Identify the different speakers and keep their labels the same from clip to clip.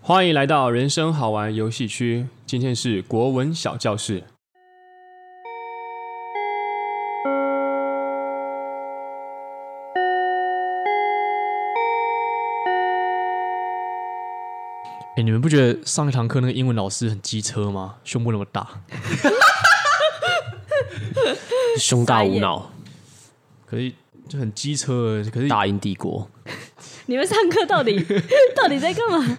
Speaker 1: 欢迎来到人生好玩游戏区，今天是国文小教室。
Speaker 2: 哎、你们不觉得上一堂课那个英文老师很机车吗？胸部那么大，
Speaker 3: 胸大无脑，
Speaker 2: 可是就很机车，可是
Speaker 3: 大英帝国，
Speaker 4: 你们上课到 底到底在干嘛？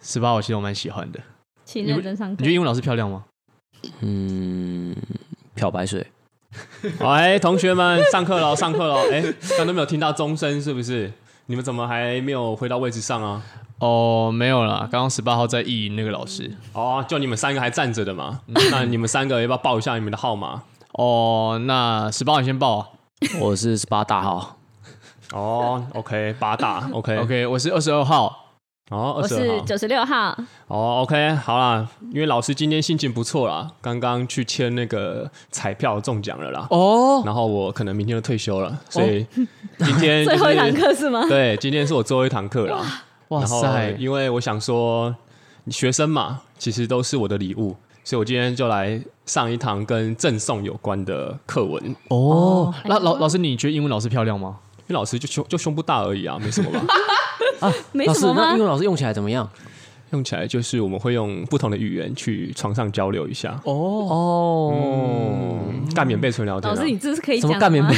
Speaker 2: 十八我其实我蛮喜欢的。
Speaker 4: 请
Speaker 2: 你不
Speaker 4: 认真上
Speaker 2: 你
Speaker 4: 课
Speaker 2: 觉得。英文老师漂亮吗？
Speaker 3: 嗯，漂白水，
Speaker 1: 好哎，同学们，上课喽，上课喽！哎，刚刚都没有听到钟声，是不是？你们怎么还没有回到位置上啊？
Speaker 2: 哦，没有啦，刚刚十八号在意淫那个老师。
Speaker 1: 哦，就你们三个还站着的嘛？那你们三个要不要报一下你们的号码？
Speaker 2: 哦，那十八你先报、啊。
Speaker 3: 我是十八大号，
Speaker 1: 哦，OK，八大，OK，
Speaker 2: OK，我是二十二号。
Speaker 1: 哦，
Speaker 4: 我
Speaker 1: 二十二
Speaker 4: 是
Speaker 1: 号，
Speaker 4: 九十六号，
Speaker 1: 哦，OK，好啦，因为老师今天心情不错啦，刚刚去签那个彩票中奖了啦。
Speaker 3: 哦，
Speaker 1: 然后我可能明天就退休了，所以今 天、就
Speaker 4: 最
Speaker 1: 是、
Speaker 4: 后一堂课是吗？
Speaker 1: 对，今天是我最后一堂课啦。
Speaker 2: 哇
Speaker 1: 然后
Speaker 2: 塞，
Speaker 1: 因为我想说，学生嘛，其实都是我的礼物，所以我今天就来上一堂跟赠送有关的课文。因
Speaker 2: 哦，那老老师你觉得英文老师漂亮吗？
Speaker 1: 为老师就胸就胸部大而已啊，没什么吧。
Speaker 4: 没
Speaker 3: 老
Speaker 4: 什
Speaker 3: 师
Speaker 4: 么，
Speaker 3: 那
Speaker 4: 吗
Speaker 3: 英文？老师用起来怎么样？
Speaker 1: 用起来就是我们会用不同的语言去床上交流一下，
Speaker 4: 哦
Speaker 3: 哦，
Speaker 1: 盖棉被纯聊天、
Speaker 4: 老
Speaker 1: 啊
Speaker 4: 师，，嗯你这是可以
Speaker 3: 什
Speaker 4: 讲
Speaker 3: 么
Speaker 4: 的
Speaker 3: 干棉
Speaker 4: 吗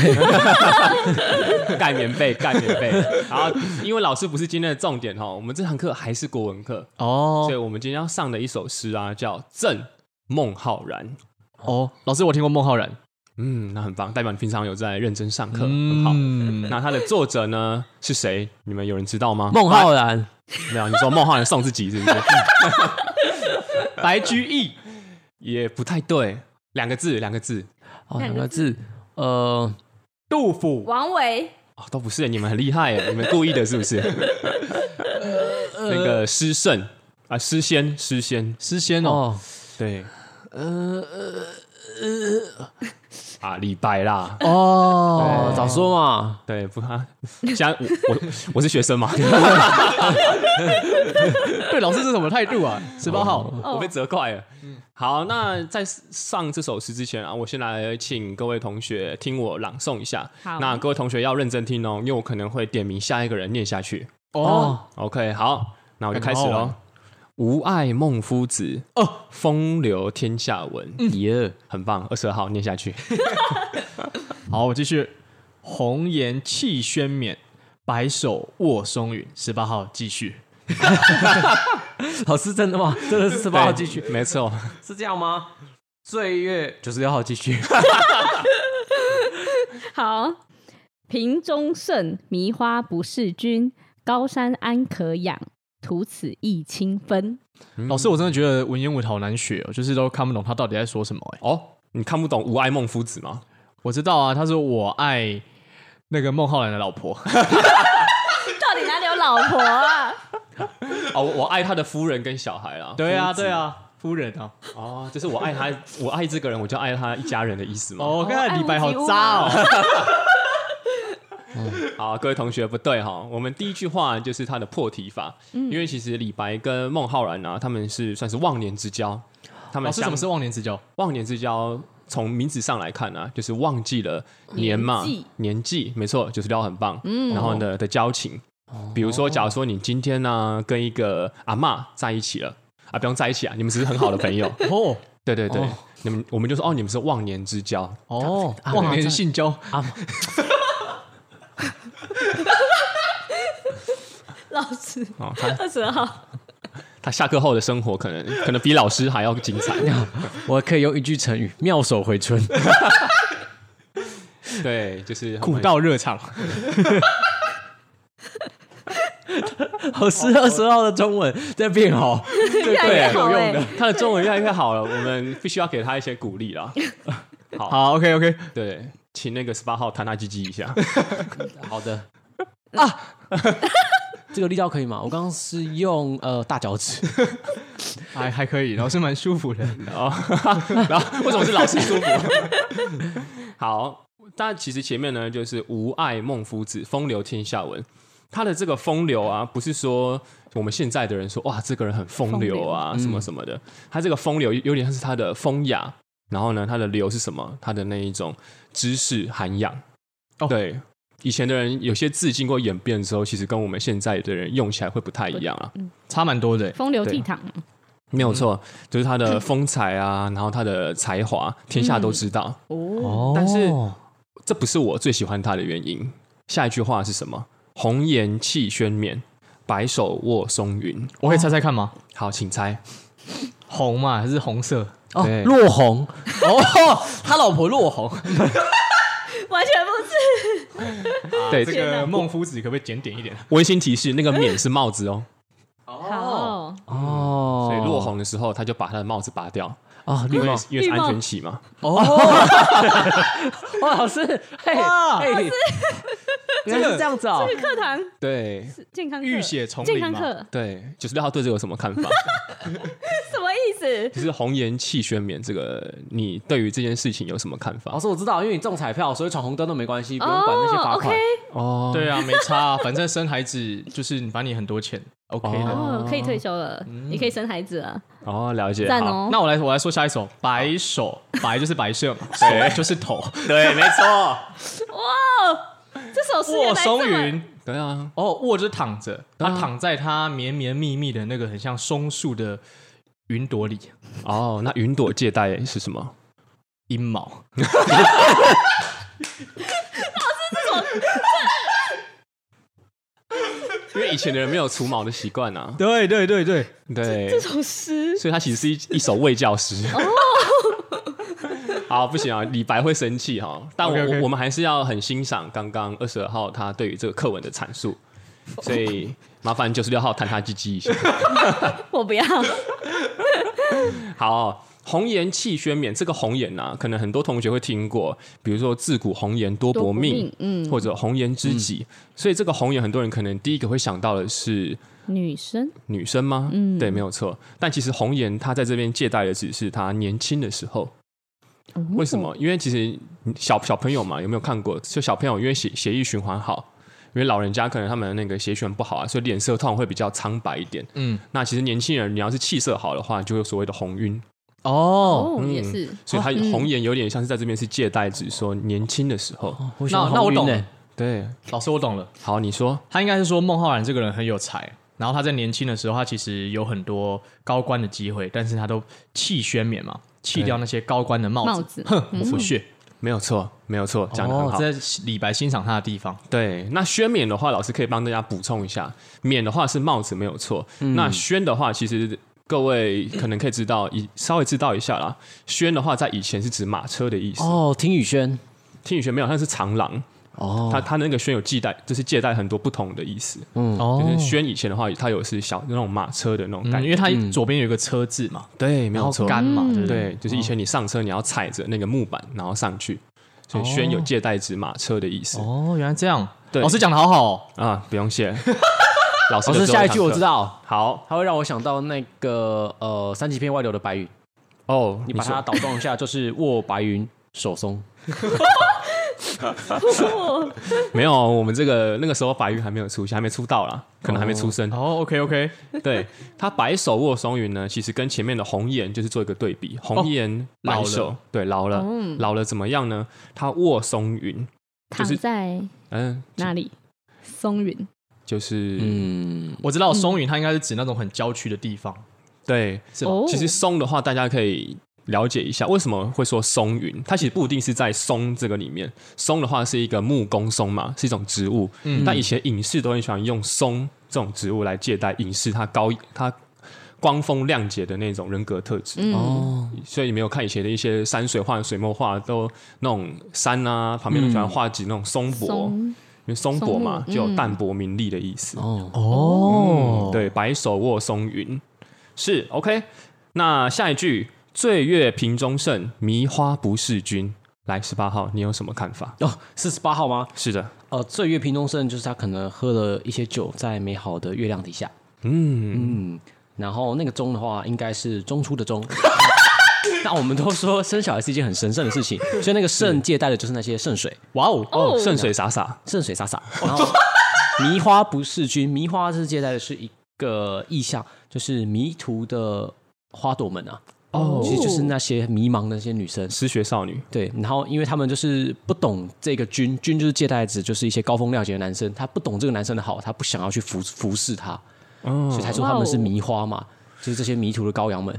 Speaker 3: 被？？
Speaker 1: 盖棉被，盖棉被。然后，因为老师不是今天的重点哈，我们这堂课还是国文课，所
Speaker 2: 哦
Speaker 1: 以我们今天要上的一首诗啊，叫《赠孟浩然》。
Speaker 2: 哦，老师我听过孟浩然。
Speaker 1: 嗯，那很棒，代表你平常有在认真上课，很好。
Speaker 2: 嗯，
Speaker 1: 那它的作者呢是谁？你们有人知道吗？
Speaker 3: 孟浩然，
Speaker 1: 没有，你说孟浩然送自己是不 是？白居易也不太对，两个字，两个字，
Speaker 3: 哦，
Speaker 4: 两
Speaker 3: 两
Speaker 4: 个
Speaker 3: 个字，呃，
Speaker 1: 杜甫、
Speaker 4: 王维，
Speaker 1: 哦、都不是，你们很厉害耶，你们故意的是不是？那个诗圣啊，诗仙，诗仙，
Speaker 2: 诗仙哦，
Speaker 3: 哦，
Speaker 1: 对，呃呃呃，啊，李白啦，
Speaker 3: 哦，早说嘛，
Speaker 1: 对，不他，现在我我我是学生嘛，
Speaker 2: 对，老师是什么态度啊？十八号，
Speaker 1: 我被责怪了。好，那在上这首诗之前啊，我先来请各位同学听我朗诵一下。
Speaker 4: 好
Speaker 1: 那各位同学要认真听哦，因为我可能会点名下一个人念下去。
Speaker 2: 哦，
Speaker 1: OK，好，那我就开始
Speaker 2: 哎好好
Speaker 1: 喽
Speaker 2: 玩。
Speaker 1: 吾爱孟夫子，哦，嗯风流天下闻。
Speaker 3: 耶，
Speaker 1: 很棒，二十二号念下 去。
Speaker 2: 好，我继续。红颜弃轩冕，白首卧松云。十八号继续。
Speaker 3: 老师真的吗？真的是十八号继续，
Speaker 1: 对没错。
Speaker 3: 是这样吗？岁月九十六号继续，
Speaker 4: 好。瓶中盛，迷花不是君。高山安可仰，徒此忆清芬。
Speaker 2: 老师，我真的觉得文言文好难学、哦，就是都看不懂他到底在说什么、哎，
Speaker 1: 哦，你看不懂吾爱孟夫子吗？
Speaker 2: 我知道啊，他说我爱那个孟浩然的老婆。
Speaker 4: 到底哪里有老婆啊？
Speaker 1: 哦，我我爱他的夫人跟小孩啦。
Speaker 2: 对啊，
Speaker 1: 夫子
Speaker 2: 对。啊，夫人啊。
Speaker 1: 哦，就是我爱他， 我爱这个人，我就爱他一家人的意思吗？
Speaker 2: 哦，我
Speaker 4: 爱
Speaker 2: 看李白
Speaker 4: 屋
Speaker 2: 好
Speaker 4: 及乌
Speaker 2: 渣
Speaker 4: 嘛
Speaker 2: 哦。
Speaker 1: 好，各位同学不对哈，我们第一句话就是他的破题法，因为其实李白跟孟浩然啊，他们是算是忘年之交，他们
Speaker 2: 老师什么是
Speaker 1: 忘
Speaker 2: 忘年之交？
Speaker 1: 忘年之交？从名字上来看啊，就是忘记了年嘛
Speaker 4: 年纪，
Speaker 1: 年纪没错，就是撩很棒。然后呢的交情，比如说，假如说你今天呢、跟一个阿嬷在一起了啊，不用在一起啊，你们只是很好的朋友。
Speaker 2: 哦
Speaker 1: 对对对
Speaker 3: 哦，
Speaker 1: 你们我们就说哦，你们是忘年之交，
Speaker 2: 哦，
Speaker 3: 啊
Speaker 2: 忘年性交。
Speaker 4: 老师，
Speaker 1: 哦，他
Speaker 4: 二十号，
Speaker 1: 他下课后的生活可能可能比老师还要精彩。
Speaker 3: 我可以用一句成语“妙手回春
Speaker 1: 对，就是
Speaker 2: 古道热肠，”，
Speaker 3: 老师 二十号的 中文在变好，
Speaker 4: 越来越好哎、
Speaker 1: 他的中文越来越好了，我们必须要给他一些鼓励啦。
Speaker 2: 好，OK OK，
Speaker 1: 对，请那个十八号弹他鸡鸡一下。
Speaker 3: 好的啊，啊 这个力道可以吗？我刚刚是用呃大脚趾，
Speaker 2: 还还可以，老师蛮舒服的。
Speaker 1: 哦，然后为什么是老师舒服？ 好，但其实前面呢，就是吾爱孟夫子，风流天下闻。他的这个风流啊，不是说我们现在的人说哇，这个人很风流啊，
Speaker 3: 风流
Speaker 1: 什么什么的。他这个风流有点像是他的风雅，然后呢，他的流是什么？他的那一种知识涵养。
Speaker 2: 哦
Speaker 1: 对，以前的人有些字经过演变之后，其实跟我们现在的人用起来会不太一样啊。
Speaker 2: 差蛮多的欸。
Speaker 4: 风流
Speaker 1: 对
Speaker 4: 倜傥，
Speaker 1: 没有错，就是他的风采啊，然后他的才华，天下都知道。
Speaker 4: 哦，
Speaker 3: 哦
Speaker 1: 但是这不是我最喜欢他的原因。下一句话是什么？红颜弃轩冕，白首卧松云。
Speaker 2: 我可以猜猜看吗？
Speaker 1: 好，请猜。
Speaker 2: 红嘛，是红色。
Speaker 3: 哦
Speaker 1: 对，
Speaker 3: 落红 哦，他老婆落红，
Speaker 4: 完全不是。
Speaker 1: 对，
Speaker 2: 这
Speaker 1: 这
Speaker 4: 天哪
Speaker 2: 个孟夫子可不可以检点一点？
Speaker 4: 啊
Speaker 1: 温馨提示，那个冕是帽子哦，
Speaker 4: 好，
Speaker 3: 哦，
Speaker 1: 所以落红的时候，他就把他的帽子拔掉，
Speaker 3: 啊，绿
Speaker 1: 因为
Speaker 3: 帽
Speaker 1: 因为
Speaker 4: 哦绿
Speaker 1: 是
Speaker 4: 帽
Speaker 1: 安全期嘛。
Speaker 3: 哦，哇，老师，嘿，
Speaker 2: 哇
Speaker 3: 嘿，原来是这样子哦，
Speaker 4: 课堂
Speaker 1: 对
Speaker 4: 健康课
Speaker 2: 浴血丛
Speaker 4: 健
Speaker 2: 林
Speaker 4: 康
Speaker 2: 嘛，
Speaker 4: 课
Speaker 1: 对，九十六号对这有什么看法？
Speaker 4: 什么意思？
Speaker 1: 就是红颜弃轩冕，这个你对于这件事情有什么看法
Speaker 3: 老？师我知道，因为你中彩票，所以闯红灯都没关系，不用管那些
Speaker 4: 哦
Speaker 3: 罚
Speaker 4: ，OK，
Speaker 3: 款。
Speaker 1: 哦，
Speaker 2: 对啊，没差啊，反正生孩子就是你把你很多钱，OK 的。
Speaker 4: 哦，可以退休了，你可以生孩子了，
Speaker 1: 哦，了解，
Speaker 4: 赞
Speaker 1: 嗯好，
Speaker 4: 哦。
Speaker 2: 那我来，我来说下一首，白 首，白就是白色嘛，
Speaker 1: 对
Speaker 2: 手就是头。
Speaker 1: 对，没错，
Speaker 4: 这首诗原
Speaker 2: 卧
Speaker 4: 来这么
Speaker 2: 松云，
Speaker 1: 对啊，
Speaker 2: 哦，卧就是躺着，
Speaker 1: 啊
Speaker 2: 他躺在他绵绵密密的那个很像松树的云朵里，
Speaker 1: 哦，那云朵借贷是什么？
Speaker 2: 阴毛。
Speaker 1: 因为以前的人没有除毛的习惯啊，
Speaker 2: 对对对对，
Speaker 1: 对，
Speaker 4: 这首诗
Speaker 1: 所以它其实是一一首卫教诗。 好，不行啊，李白会生气哈、但我
Speaker 2: OK，OK
Speaker 1: 我我们还是要很欣赏刚刚二十二号他对于这个课文的阐述，所以麻烦九十六号弹他鸡鸡一下。
Speaker 4: 我不要，
Speaker 1: 好，红颜弃轩冕，这个红颜啊，可能很多同学会听过，比如说自古红颜多薄命，
Speaker 4: 嗯，
Speaker 1: 或者红颜知己，所以这个红颜很多人可能第一个会想到的是
Speaker 4: 女生
Speaker 1: 女生吗？
Speaker 4: 嗯
Speaker 1: 对，没有错。但其实红颜她在这边借贷的只是她年轻的时候。
Speaker 4: 哦
Speaker 1: 为什？么？因为其实小小朋友嘛，有没有看过？就小朋友因为血血液循环好，因为老人家可能他们那个血液循环不好啊，所以脸色通常会比较苍白一点。
Speaker 2: 嗯，
Speaker 1: 那其实年轻人你要是气色好的话，就有所谓的红晕，
Speaker 3: 哦，
Speaker 4: 哦，
Speaker 1: 嗯
Speaker 4: 也是，
Speaker 1: 所以它
Speaker 4: 嗯
Speaker 1: 红颜有点像是在这边是借贷，指说年轻的时候。
Speaker 3: 我喜
Speaker 2: 那
Speaker 3: 欢
Speaker 2: 那我
Speaker 3: 红
Speaker 2: 懂
Speaker 3: 晕
Speaker 2: 了
Speaker 3: 欸，
Speaker 1: 对，
Speaker 2: 老师我懂了，
Speaker 1: 好，你说
Speaker 2: 他应该是说孟浩然这个人很有才，然后他在年轻的时候，他其实有很多高官的机会，但是他都弃轩冕嘛，弃掉那些高官的帽子，
Speaker 4: 帽子
Speaker 2: 哼，我不屑。
Speaker 1: 没有错，没有错，讲的很
Speaker 2: 嗯哦，
Speaker 1: 好。
Speaker 2: 这是李白欣赏他的地方，
Speaker 1: 对，那轩冕的话，老师可以帮大家补充一下，冕的话是帽子没有错，
Speaker 3: 嗯
Speaker 1: 那轩的话，其实各位可能可以知道，以稍微知道一下啦。轩的话，在以前是指马车的意思，
Speaker 3: 哦，听雨轩，
Speaker 1: 听雨轩没有，它是长廊，
Speaker 3: 哦，
Speaker 1: 它它那个轩有借代，就是借代很多不同的意思。
Speaker 2: 哦
Speaker 1: 就是轩以前的话，它有是小那种马车的那种感
Speaker 2: 嗯，因
Speaker 1: 觉，
Speaker 2: 为他左边有一个车字嘛，
Speaker 1: 对，没
Speaker 2: 然
Speaker 1: 有
Speaker 2: 后
Speaker 1: 错，嗯
Speaker 2: 杆嘛，对不对？
Speaker 1: 对，
Speaker 3: 嗯
Speaker 1: 就是
Speaker 3: 哦
Speaker 1: 以前你上车你要踩着那个木板然后上去，所以轩
Speaker 3: 哦
Speaker 1: 有借代指马车的意思
Speaker 2: 哦，原来这样，
Speaker 1: 对
Speaker 2: 老师讲的好好哦，
Speaker 1: 啊，不用 谢。老师
Speaker 3: 老
Speaker 1: 的最后
Speaker 3: 师下一
Speaker 1: 堂
Speaker 3: 句我
Speaker 1: 课
Speaker 3: 知，道，
Speaker 1: 好
Speaker 3: 它会让我想到那个呃三级片外流的白云，
Speaker 1: 哦，
Speaker 3: 你把
Speaker 1: 说
Speaker 3: 它倒装一下，就是握白云手松。
Speaker 1: 没有，我们这个那个时候白云还没有出现，还没出道啦，可能还没出 生。
Speaker 2: 哦，OK OK，
Speaker 1: 对他白首握松云呢，其实跟前面的红颜就是做一个对比，
Speaker 3: 哦
Speaker 1: 红颜白首，
Speaker 2: 老了
Speaker 1: 对老了、
Speaker 4: 嗯
Speaker 1: 老了怎么样呢？他握松云，就
Speaker 4: 躺
Speaker 1: 是
Speaker 4: 在
Speaker 1: 嗯，
Speaker 4: 哪里？松云
Speaker 1: 就是、
Speaker 3: 嗯，
Speaker 2: 我知道松云它应该是指那种很郊区的地方，
Speaker 1: 对。
Speaker 2: 是吧？
Speaker 4: 哦，
Speaker 1: 其实松的话，大家可以了解一下为什么会说松云，它其实不一定是在松这个里面。松的话是一个木工松嘛，是一种植物。
Speaker 2: 嗯
Speaker 1: 但以前影视都很喜欢用松这种植物来借代影视它高它光风亮节的那种人格特质。
Speaker 4: 嗯，
Speaker 1: 所以你没有看以前的一些山水画、水墨画，都那种山啊旁边都喜欢画几那种松柏，
Speaker 4: 哦松
Speaker 1: 因为松柏嘛
Speaker 4: 松木
Speaker 1: 就有
Speaker 4: 嗯
Speaker 1: 淡泊名利的意思。
Speaker 3: 哦，
Speaker 2: 哦
Speaker 1: 嗯，对，白首卧松云是 OK。那下一句“醉月瓶中盛，迷花不是君”。来，十八号，你有什么看法？
Speaker 3: 哦，四十八号吗？
Speaker 1: 是的，
Speaker 3: 呃，醉月瓶中盛就是他可能喝了一些酒，在美好的月亮底下。
Speaker 1: 嗯，
Speaker 3: 嗯，然后那个钟的话，应该是中出的钟。 那我们都说生小孩是一件很神圣的事情，所以那个圣借代的就是那些圣水，
Speaker 2: 哇哦，
Speaker 1: 哦，圣水洒洒，
Speaker 3: 圣水洒洒。然后迷花不是君，迷花是借代的是一个意象，就是迷途的花朵们啊。
Speaker 4: 哦
Speaker 3: 其实就是那些迷茫的那些女生。
Speaker 1: 失学少女，
Speaker 3: 对，然后因为他们就是不懂这个君，君就是借代指就是一些高风亮节的男生，他不懂这个男生的好，他不想要去服服侍他，
Speaker 1: 嗯
Speaker 3: 所以才说他们是
Speaker 4: 哦
Speaker 3: 迷花嘛，就是这些迷途的羔羊们。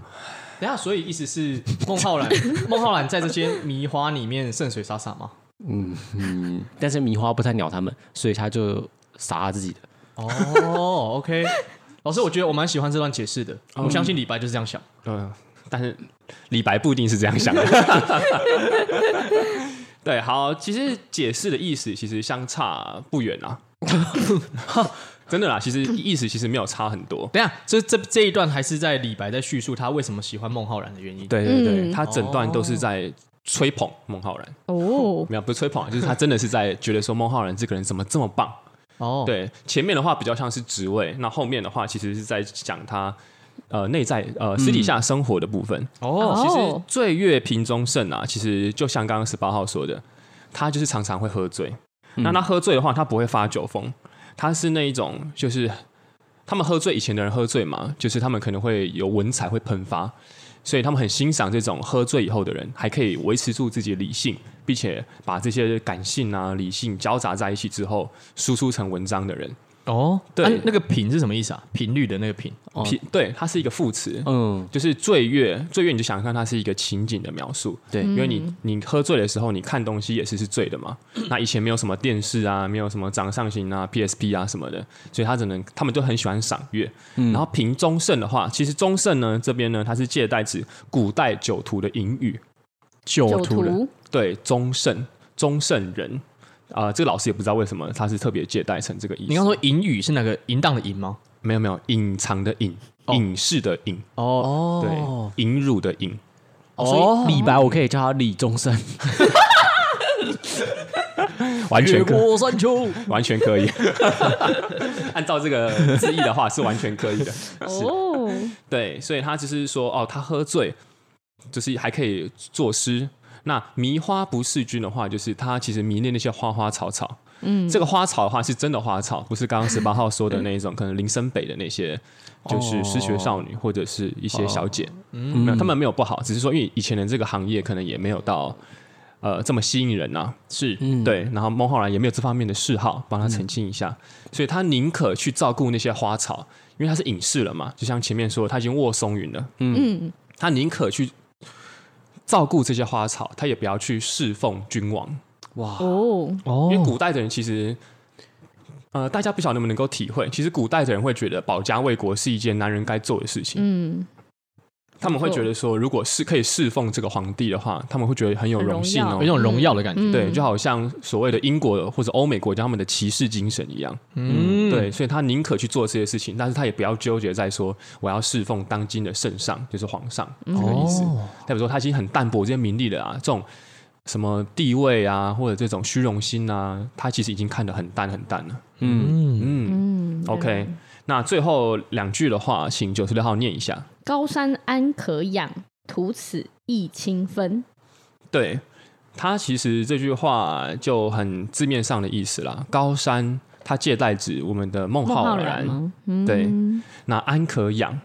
Speaker 2: 等一下，所以意思是孟浩 然，孟浩然在这些迷花里面圣水洒洒吗？
Speaker 3: 嗯嗯，但是迷花不太鸟他们，所以他就杀了自己的。
Speaker 2: 哦，OK，老嗯师，我觉得我蛮喜欢这段解释的，我相信李白就是这样想。
Speaker 1: 嗯，但是李白不一定是这样想的。对，好，其实解释的意思其实相差不远 啦，真的啦，其实意思其实没有差很多。
Speaker 2: 等一下，这这这一段还是在李白在叙述他为什么喜欢孟浩然的原因。，
Speaker 3: 对
Speaker 4: 对
Speaker 3: 对
Speaker 4: 对
Speaker 3: 对，
Speaker 4: 嗯
Speaker 1: 他整段都是在吹捧孟浩然，
Speaker 4: 哦，
Speaker 1: 没有不是吹捧啊，就是他真的是在觉得说孟浩然这个人怎么这么棒。
Speaker 2: 哦，，
Speaker 1: 对，前面的话比较像是职位，那后面的话其实是在讲他呃内在呃私底下生活的部分。
Speaker 2: 哦，
Speaker 1: 其实醉月瓶中圣啊，其实就像刚刚十八号说的，他就是常常会喝醉。那他喝醉的话，他不会发酒疯，他是那一种就是他们喝醉以前的人喝醉嘛，就是他们可能会有文采会喷发，所以他们很欣赏这种喝醉以后的人还可以维持住自己的理性，并且把这些感性啊理性交杂在一起之后，输出成文章的人。
Speaker 2: 哦，
Speaker 1: 对
Speaker 2: 啊那个频是什么意思啊？频率的那个频。
Speaker 3: 哦
Speaker 1: 平对，它是一个副词，
Speaker 3: 嗯，
Speaker 1: 就是醉月，醉月你就想想看，它是一个情景的描述。
Speaker 3: 对
Speaker 1: 因为
Speaker 2: 嗯
Speaker 1: 你你喝醉的时候，你看东西也是是醉的 嘛。那以前没有什么电视啊，没有什么掌上型啊、PSP 啊什么的，所以他只能他们就很喜欢赏月。
Speaker 2: 嗯
Speaker 1: 然后评中盛的话，其实中盛呢这边呢，它是借代指古代酒徒的隐语，
Speaker 2: 酒
Speaker 4: 酒徒
Speaker 1: 对中盛中盛人。啊、这个老师也不知道为什么他是特别借代成这个意思。
Speaker 2: 你刚说淫语是哪个淫荡的淫吗？
Speaker 1: 没有没有隐藏的隐，
Speaker 2: 哦
Speaker 1: 隐士的隐，
Speaker 2: 哦，
Speaker 3: 哦，
Speaker 1: 对，隐辱的隐。
Speaker 3: 对，哦所以李白我可以叫他李宗盛，
Speaker 1: 完全可
Speaker 3: 山丘。
Speaker 1: 完全可以。 按照这个字义的话，是完全可以的。
Speaker 4: 哦，
Speaker 1: 嗯对，所以他就是说，哦，他喝醉，就是还可以作诗。那迷花不是君的话，就是他其实迷恋那些花花草草。嗯，这个花草的话是真的花草，不是刚刚十八号说的那一种，可能林森北的那些，就是失学少女或者是一些小姐。嗯，没有，他们没有不好，只是说因为以前的这个行业可能也没有到呃这么吸引人呐、
Speaker 2: 是
Speaker 1: 对，然后孟浩然也没有这方面的嗜好，帮他澄清一下，所以他宁可去照顾那些花草，因为他是隐士了嘛，就像前面说，他已经握松云了，
Speaker 4: 嗯，
Speaker 1: 他宁可去照顾这些花草，他也不要去侍奉君王，
Speaker 3: 哇，
Speaker 4: 哦，
Speaker 2: 哦
Speaker 1: 因为古代的人其实。呃，大家不晓得能不能够体会，其实古代的人会觉得保家卫国是一件男人该做的事情，
Speaker 4: 嗯，
Speaker 1: 他们会觉得说，如果是可以侍奉这个皇帝的话，他们会觉得很有
Speaker 4: 很
Speaker 1: 荣
Speaker 4: 荣
Speaker 1: 幸
Speaker 4: 耀
Speaker 1: 哦，
Speaker 2: 有一种荣耀的感觉。
Speaker 4: 嗯
Speaker 1: 对，就好像所谓的英国或者欧美国家他们的骑士精神一样，
Speaker 2: 嗯，
Speaker 1: 对，所以他宁可去做这些事情，但是他也不要纠结在说我要侍奉当今的圣上，就是皇上这个意思。
Speaker 2: 哦
Speaker 1: 代表说他已经很淡薄这些名利了啊，这种什么地位啊，或者这种虚荣心啊，他其实已经看得很淡很淡了。嗯
Speaker 2: 嗯，
Speaker 4: 嗯
Speaker 1: ，OK，那最后两句的话，请九十六号念一下。
Speaker 4: 高山安可仰，徒此亦清芬。
Speaker 1: 对他其实这句话就很字面上的意思啦，高山。它借代指我们的孟
Speaker 4: 孟
Speaker 1: 浩
Speaker 4: 浩
Speaker 1: 然，
Speaker 4: 吗？嗯
Speaker 1: 对那安可仰，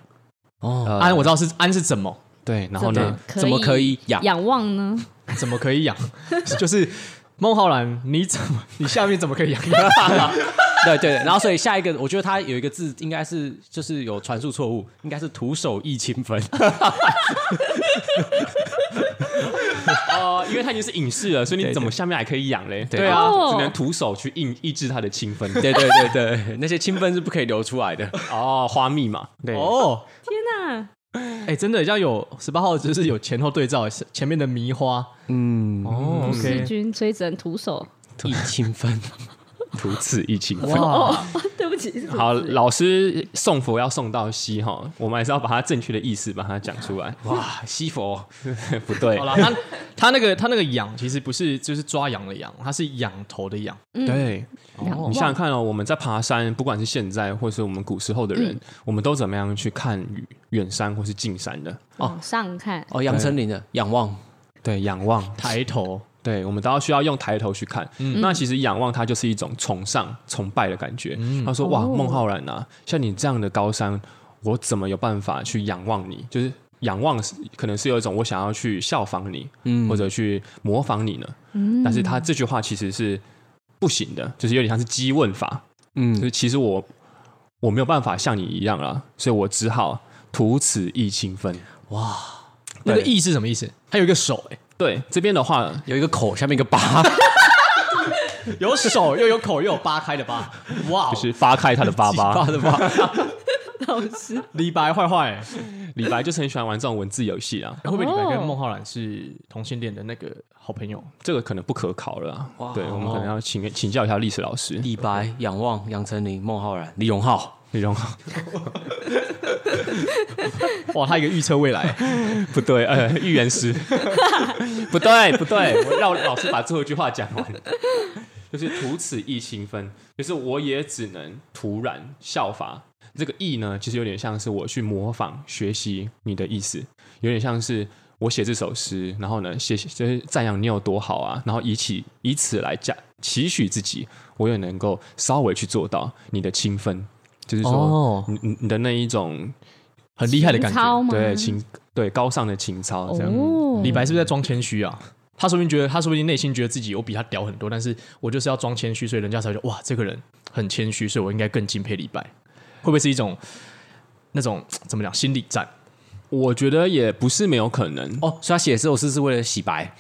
Speaker 3: 哦，
Speaker 1: 呃
Speaker 2: 安我知道是安是怎么
Speaker 1: 对，然后呢，
Speaker 4: 可以
Speaker 3: 怎么可以养？
Speaker 4: 仰望呢？
Speaker 2: 怎么可以养， 就是孟浩然，你怎么你下面怎么可以养？
Speaker 3: 对对，对然后所以下一个，我觉得他有一个字应该是就是有传述错误，应该是徒手一清分。
Speaker 1: 哦，因为他已经是隐士了，所以你
Speaker 3: 对
Speaker 1: 怎么下面还可以养嘞？
Speaker 3: 对
Speaker 1: 对啊
Speaker 4: 哦，
Speaker 1: 只能徒手去抑抑制他的清分。
Speaker 3: 对对对对，那些清分是不可以流出来的。
Speaker 1: 哦，花蜜嘛，
Speaker 3: 对
Speaker 2: 哦，
Speaker 4: 天哪！
Speaker 2: 哎，真的要有十八号，就是有前后对照，是前面的迷花。
Speaker 3: 嗯，
Speaker 2: 哦
Speaker 4: 世
Speaker 2: ，OK，
Speaker 4: 君所以只能徒手。
Speaker 3: 一清分，
Speaker 1: 徒此一清分。
Speaker 2: 哇，
Speaker 4: 对不起，是徒手
Speaker 1: 好，老师送佛要送到西哈，我们还是要把它正确的意思把它讲出来。
Speaker 3: 哇，西佛，
Speaker 1: 不对
Speaker 2: 好，了，他他那个他那个养其实不是就是抓羊的羊，他是仰头的仰。
Speaker 1: 对，
Speaker 4: 仰望
Speaker 1: 你想想看哦，我们在爬山，不管是现在或是我们古时候的
Speaker 2: 嗯
Speaker 1: 人，我们都怎么样去看远远山或是近山的？
Speaker 4: 往上看，
Speaker 3: 哦，杨丞琳的仰望，
Speaker 1: 对，仰望，
Speaker 2: 抬头，
Speaker 1: 对，我们都要需要用抬头去看。那其实仰望它就是一种崇尚、崇拜的感觉。他说：“哇，孟浩然啊，像你这样的高山，我怎么有办法去仰望你？就是仰望是，可能是有一种我想要去效仿你，或者去模仿你呢。但是他这句话其实是不行的，就是有点像是激问法。
Speaker 3: 嗯
Speaker 1: 就是其实我我没有办法像你一样啦，所以我只好徒此一清分。
Speaker 2: 那个
Speaker 1: 对
Speaker 2: 意是什么意思？它有一个手、欸，
Speaker 1: 对，这边的话，
Speaker 3: 有一个口，下面一个疤，
Speaker 2: 有手又有口又有扒开的扒，哇、哦
Speaker 1: 就是发开他的巴 巴。
Speaker 2: 的 扒。
Speaker 4: 老师，
Speaker 2: 李白坏坏、欸，
Speaker 1: 李白就是很喜欢玩这种文字游戏啊，
Speaker 2: 会不会李白跟
Speaker 4: 哦
Speaker 2: 孟浩然是同性恋的那个好朋友？
Speaker 1: 这个可能不可考了啊、
Speaker 3: 哇
Speaker 1: 对，我们可能要请请教一下历史老师
Speaker 3: 李白、仰望、杨丞琳、孟浩然、李荣浩，
Speaker 1: 李荣。
Speaker 2: 哇，他一个预测未来，
Speaker 1: 不对，呃，预言师，不对，不对，我让老师把最后一句话讲完，就是徒此一清分，就是我也只能突然效法。这个意呢，其实有点像是我去模仿、学习你的意思，有点像是我写这首诗，然后呢，写就是赞扬你有多好啊，然后以此以此来加期许自己，我也能够稍微去做到你的清分，就是说，
Speaker 2: 哦
Speaker 1: 你你你的那一种
Speaker 2: 很厉害的感
Speaker 4: 情操
Speaker 2: 觉。
Speaker 4: 吗
Speaker 1: 对情对高尚的情操这样。
Speaker 4: 哦，
Speaker 2: 李白是不是在装谦虚啊？他说不定觉得，他说不定内心觉得自己我比他屌很多，但是我就是要装谦虚，所以人家才会觉得哇，这个人很谦虚，所以我应该更敬佩李白。会不会是一种那种怎么讲心理战？
Speaker 1: 我觉得也不是没有可能，
Speaker 3: 哦，所以他写这首诗是为了洗白，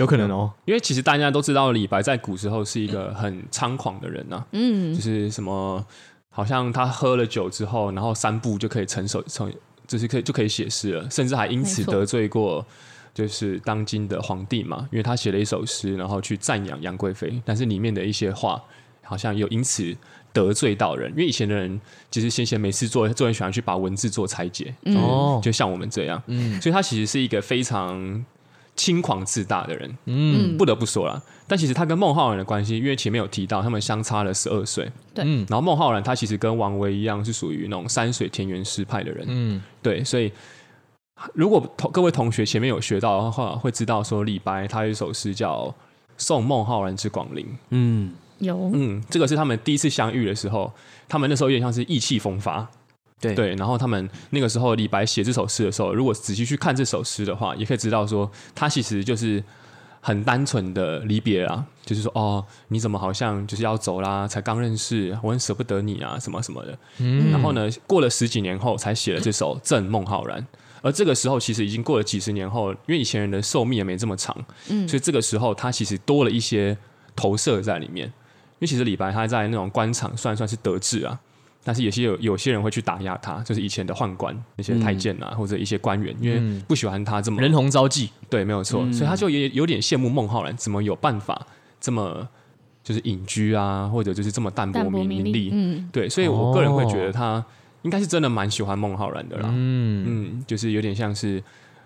Speaker 2: 有可能哦。
Speaker 1: 因为其实大家都知道李白在古时候是一个很猖狂的人呐、
Speaker 4: 嗯
Speaker 1: 就是什么，好像他喝了酒之后，然后三步就可以成首成，就是可以就可以写诗了，甚至还因此
Speaker 4: 没错
Speaker 1: 得罪过就是当今的皇帝嘛，因为他写了一首诗，然后去赞扬杨贵妃，但是里面的一些话好像有因此得罪到人，因为以前的人其实闲闲没事做，就很喜欢去把文字做拆解，
Speaker 2: 哦
Speaker 1: 就像我们这样，嗯，所以他其实是一个非常轻狂自大的人，
Speaker 4: 嗯，
Speaker 1: 不得不说啦，但其实他跟孟浩然的关系，因为前面有提到他们相差了十二岁，
Speaker 4: 对
Speaker 1: 嗯，然后孟浩然他其实跟王维一样是属于那种山水田园诗派的人，
Speaker 2: 嗯，
Speaker 1: 对，所以如果同各位同学前面有学到的话，会知道说李白他有一首诗叫《送孟浩然之广陵》，
Speaker 3: 嗯，
Speaker 4: 有
Speaker 1: 嗯，这个是他们第一次相遇的时候，他们那时候有点像是意气风发，
Speaker 3: 对
Speaker 1: 对，然后他们那个时候李白写这首诗的时候，如果仔细去看这首诗的话，也可以知道说，他其实就是很单纯的离别啊，就是说哦，你怎么好像就是要走啦，才刚认识，我很舍不得你啊，什么什么的。然后呢，过了十几年后才写了这首《赠孟浩然》。而这个时候其实已经过了几十年后，因为以前人的寿命也没这么长，嗯，所以这个时候他其实多了一些投射在里面。因为其实李白他在那种官场算算是得志啊，但是也是有有些人会去打压他，就是以前的宦官、那些太监啊，或者一些官员，因为不喜欢他这么
Speaker 2: 人红招忌，
Speaker 1: 对，没有错，所以他就也有点羡慕孟浩然，怎么有办法这么就是隐居啊，或者就是这么淡泊
Speaker 4: 淡泊名
Speaker 1: 名
Speaker 4: 利
Speaker 1: 利，
Speaker 4: 嗯
Speaker 1: 对，所以我个人会觉
Speaker 2: 哦
Speaker 1: 得他应该是真的蛮喜欢孟浩然的啦，
Speaker 2: 嗯，
Speaker 1: 嗯，就是有点像是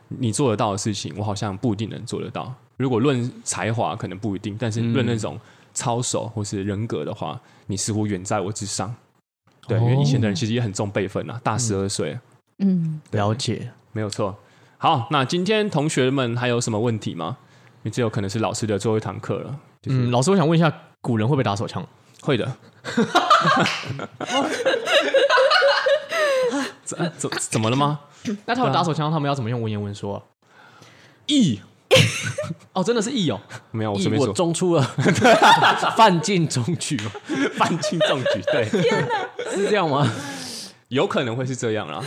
Speaker 1: 你做得到的事情，我好像不一定能做得到。如果论才华，可能不一定，但是论那种操守或是人格的话，你似乎远在我之上。对，因为以前的人其实也很重辈分啊，大十二岁，
Speaker 4: 嗯，
Speaker 2: 了解。
Speaker 1: 没有错。好，那今天同学们还有什么问题吗？因为这有可能是老师的最后一堂课了，就是、
Speaker 2: 嗯，老师，我想问一下，古人会不会打手枪？
Speaker 1: 会 的。怎怎怎么了吗？
Speaker 2: 那他们打手枪，他们要怎么用文言文 说啊、
Speaker 1: 意
Speaker 2: 哦，真的是义哦，
Speaker 1: 没有，我
Speaker 3: 以
Speaker 1: 随便
Speaker 3: 我
Speaker 1: 说，
Speaker 3: 中出了，范进中 举嘛，
Speaker 1: 犯轻重举，对。
Speaker 3: 是这样吗？
Speaker 1: 有可能会是这样啦。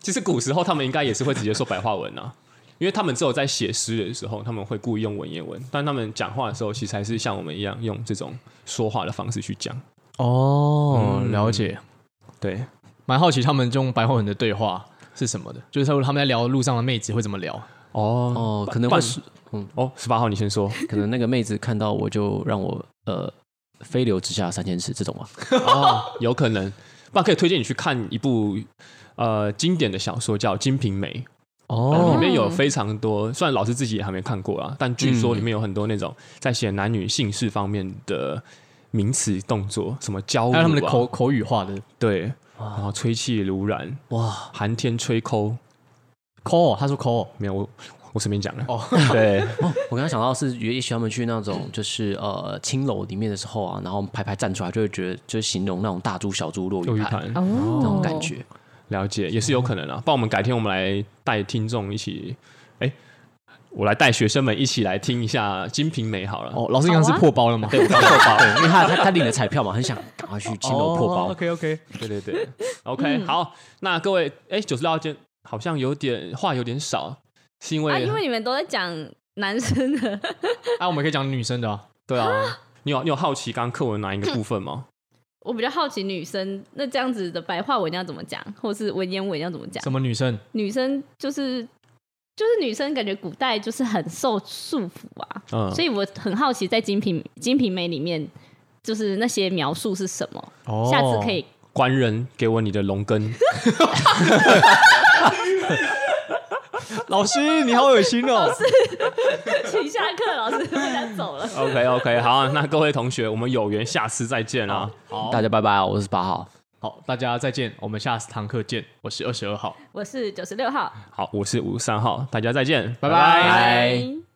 Speaker 1: 其实古时候他们应该也是会直接说白话文啊，因为他们只有在写诗的时候，他们会故意用文言文，但他们讲话的时候，其实还是像我们一样用这种说话的方式去讲。
Speaker 2: 哦，
Speaker 1: 嗯
Speaker 2: 了解。
Speaker 1: 对，
Speaker 2: 蛮好奇他们用白话文的对话是什么的，就是他们在聊路上的妹子会怎么聊。
Speaker 1: 哦
Speaker 3: 哦， 可能会
Speaker 1: 半
Speaker 3: 是，
Speaker 1: 哦，十八号你先说
Speaker 3: 可能那个妹子看到我就让我呃飞流直下三千尺这种吧。
Speaker 1: 哦，有可能，不然可以推荐你去看一部呃经典的小说叫《金瓶梅》。
Speaker 2: 哦
Speaker 1: 呃里面有非常多，虽然老师自己也还没看过啊，但据说里面有很多那种在写男女性事方面的名词动作，什么交、啊，
Speaker 2: 还有他们的口口语化的
Speaker 1: 对，然后吹气如燃，
Speaker 3: 哇，
Speaker 1: 寒天吹抠，
Speaker 2: call，他说哦 call，
Speaker 1: 没有我我随便讲了。
Speaker 2: 哦，
Speaker 1: 对，
Speaker 3: 我刚刚想到是，也许他们去那种就是呃青楼里面的时候啊，然后排排站出来，就会觉得就是形容那种大猪小猪落
Speaker 1: 落
Speaker 3: 玉
Speaker 1: 玉
Speaker 3: 盘
Speaker 1: 盘
Speaker 4: 哦，那
Speaker 3: 那种感觉。
Speaker 1: 了解也是有可能啊。不然我们改天我们来带听众一起，哎，我来带学生们一起来听一下《金瓶梅》好了。
Speaker 2: 哦，老师刚刚
Speaker 4: 好
Speaker 2: 是
Speaker 4: 啊
Speaker 2: 破包了吗？
Speaker 3: 对，我刚够包，对，因 为他他他领了彩票嘛，很想赶快去青
Speaker 2: 哦
Speaker 3: 楼破包。
Speaker 2: OK OK，
Speaker 1: 对对 对，OK，、好，
Speaker 4: 嗯
Speaker 1: 那各位，哎，九十六号间好像有点话有点少，是因为,、
Speaker 4: 啊，因为你们都在讲男生的，
Speaker 2: 啊，我们可以讲女生的啊。
Speaker 1: 对啊，你有你有好奇刚刚课文哪一个部分吗？
Speaker 4: 我比较好奇女生那这样子的白话文要怎么讲，或是文言文要怎么讲？
Speaker 2: 什么女生？
Speaker 4: 女生就是就是女生，感觉古代就是很受束缚啊，
Speaker 1: 嗯，
Speaker 4: 所以我很好奇，在《金瓶金瓶梅》里面，就是那些描述是什么？
Speaker 2: 哦
Speaker 4: 下次可以
Speaker 1: 官人给我你的龙根，
Speaker 2: 老师，你好恶心哦！
Speaker 4: 请下课，老师我想走了。
Speaker 1: OK OK，好，那各位同学，我们有缘下次再见啊！
Speaker 2: 好
Speaker 3: 大家拜拜啊，我是八号。
Speaker 2: 好，大家再见，我们下次堂课见。我是二十二号。
Speaker 4: 我是九十六号，
Speaker 1: 好，我是五十三号，大家再见，
Speaker 2: 拜拜
Speaker 4: 拜。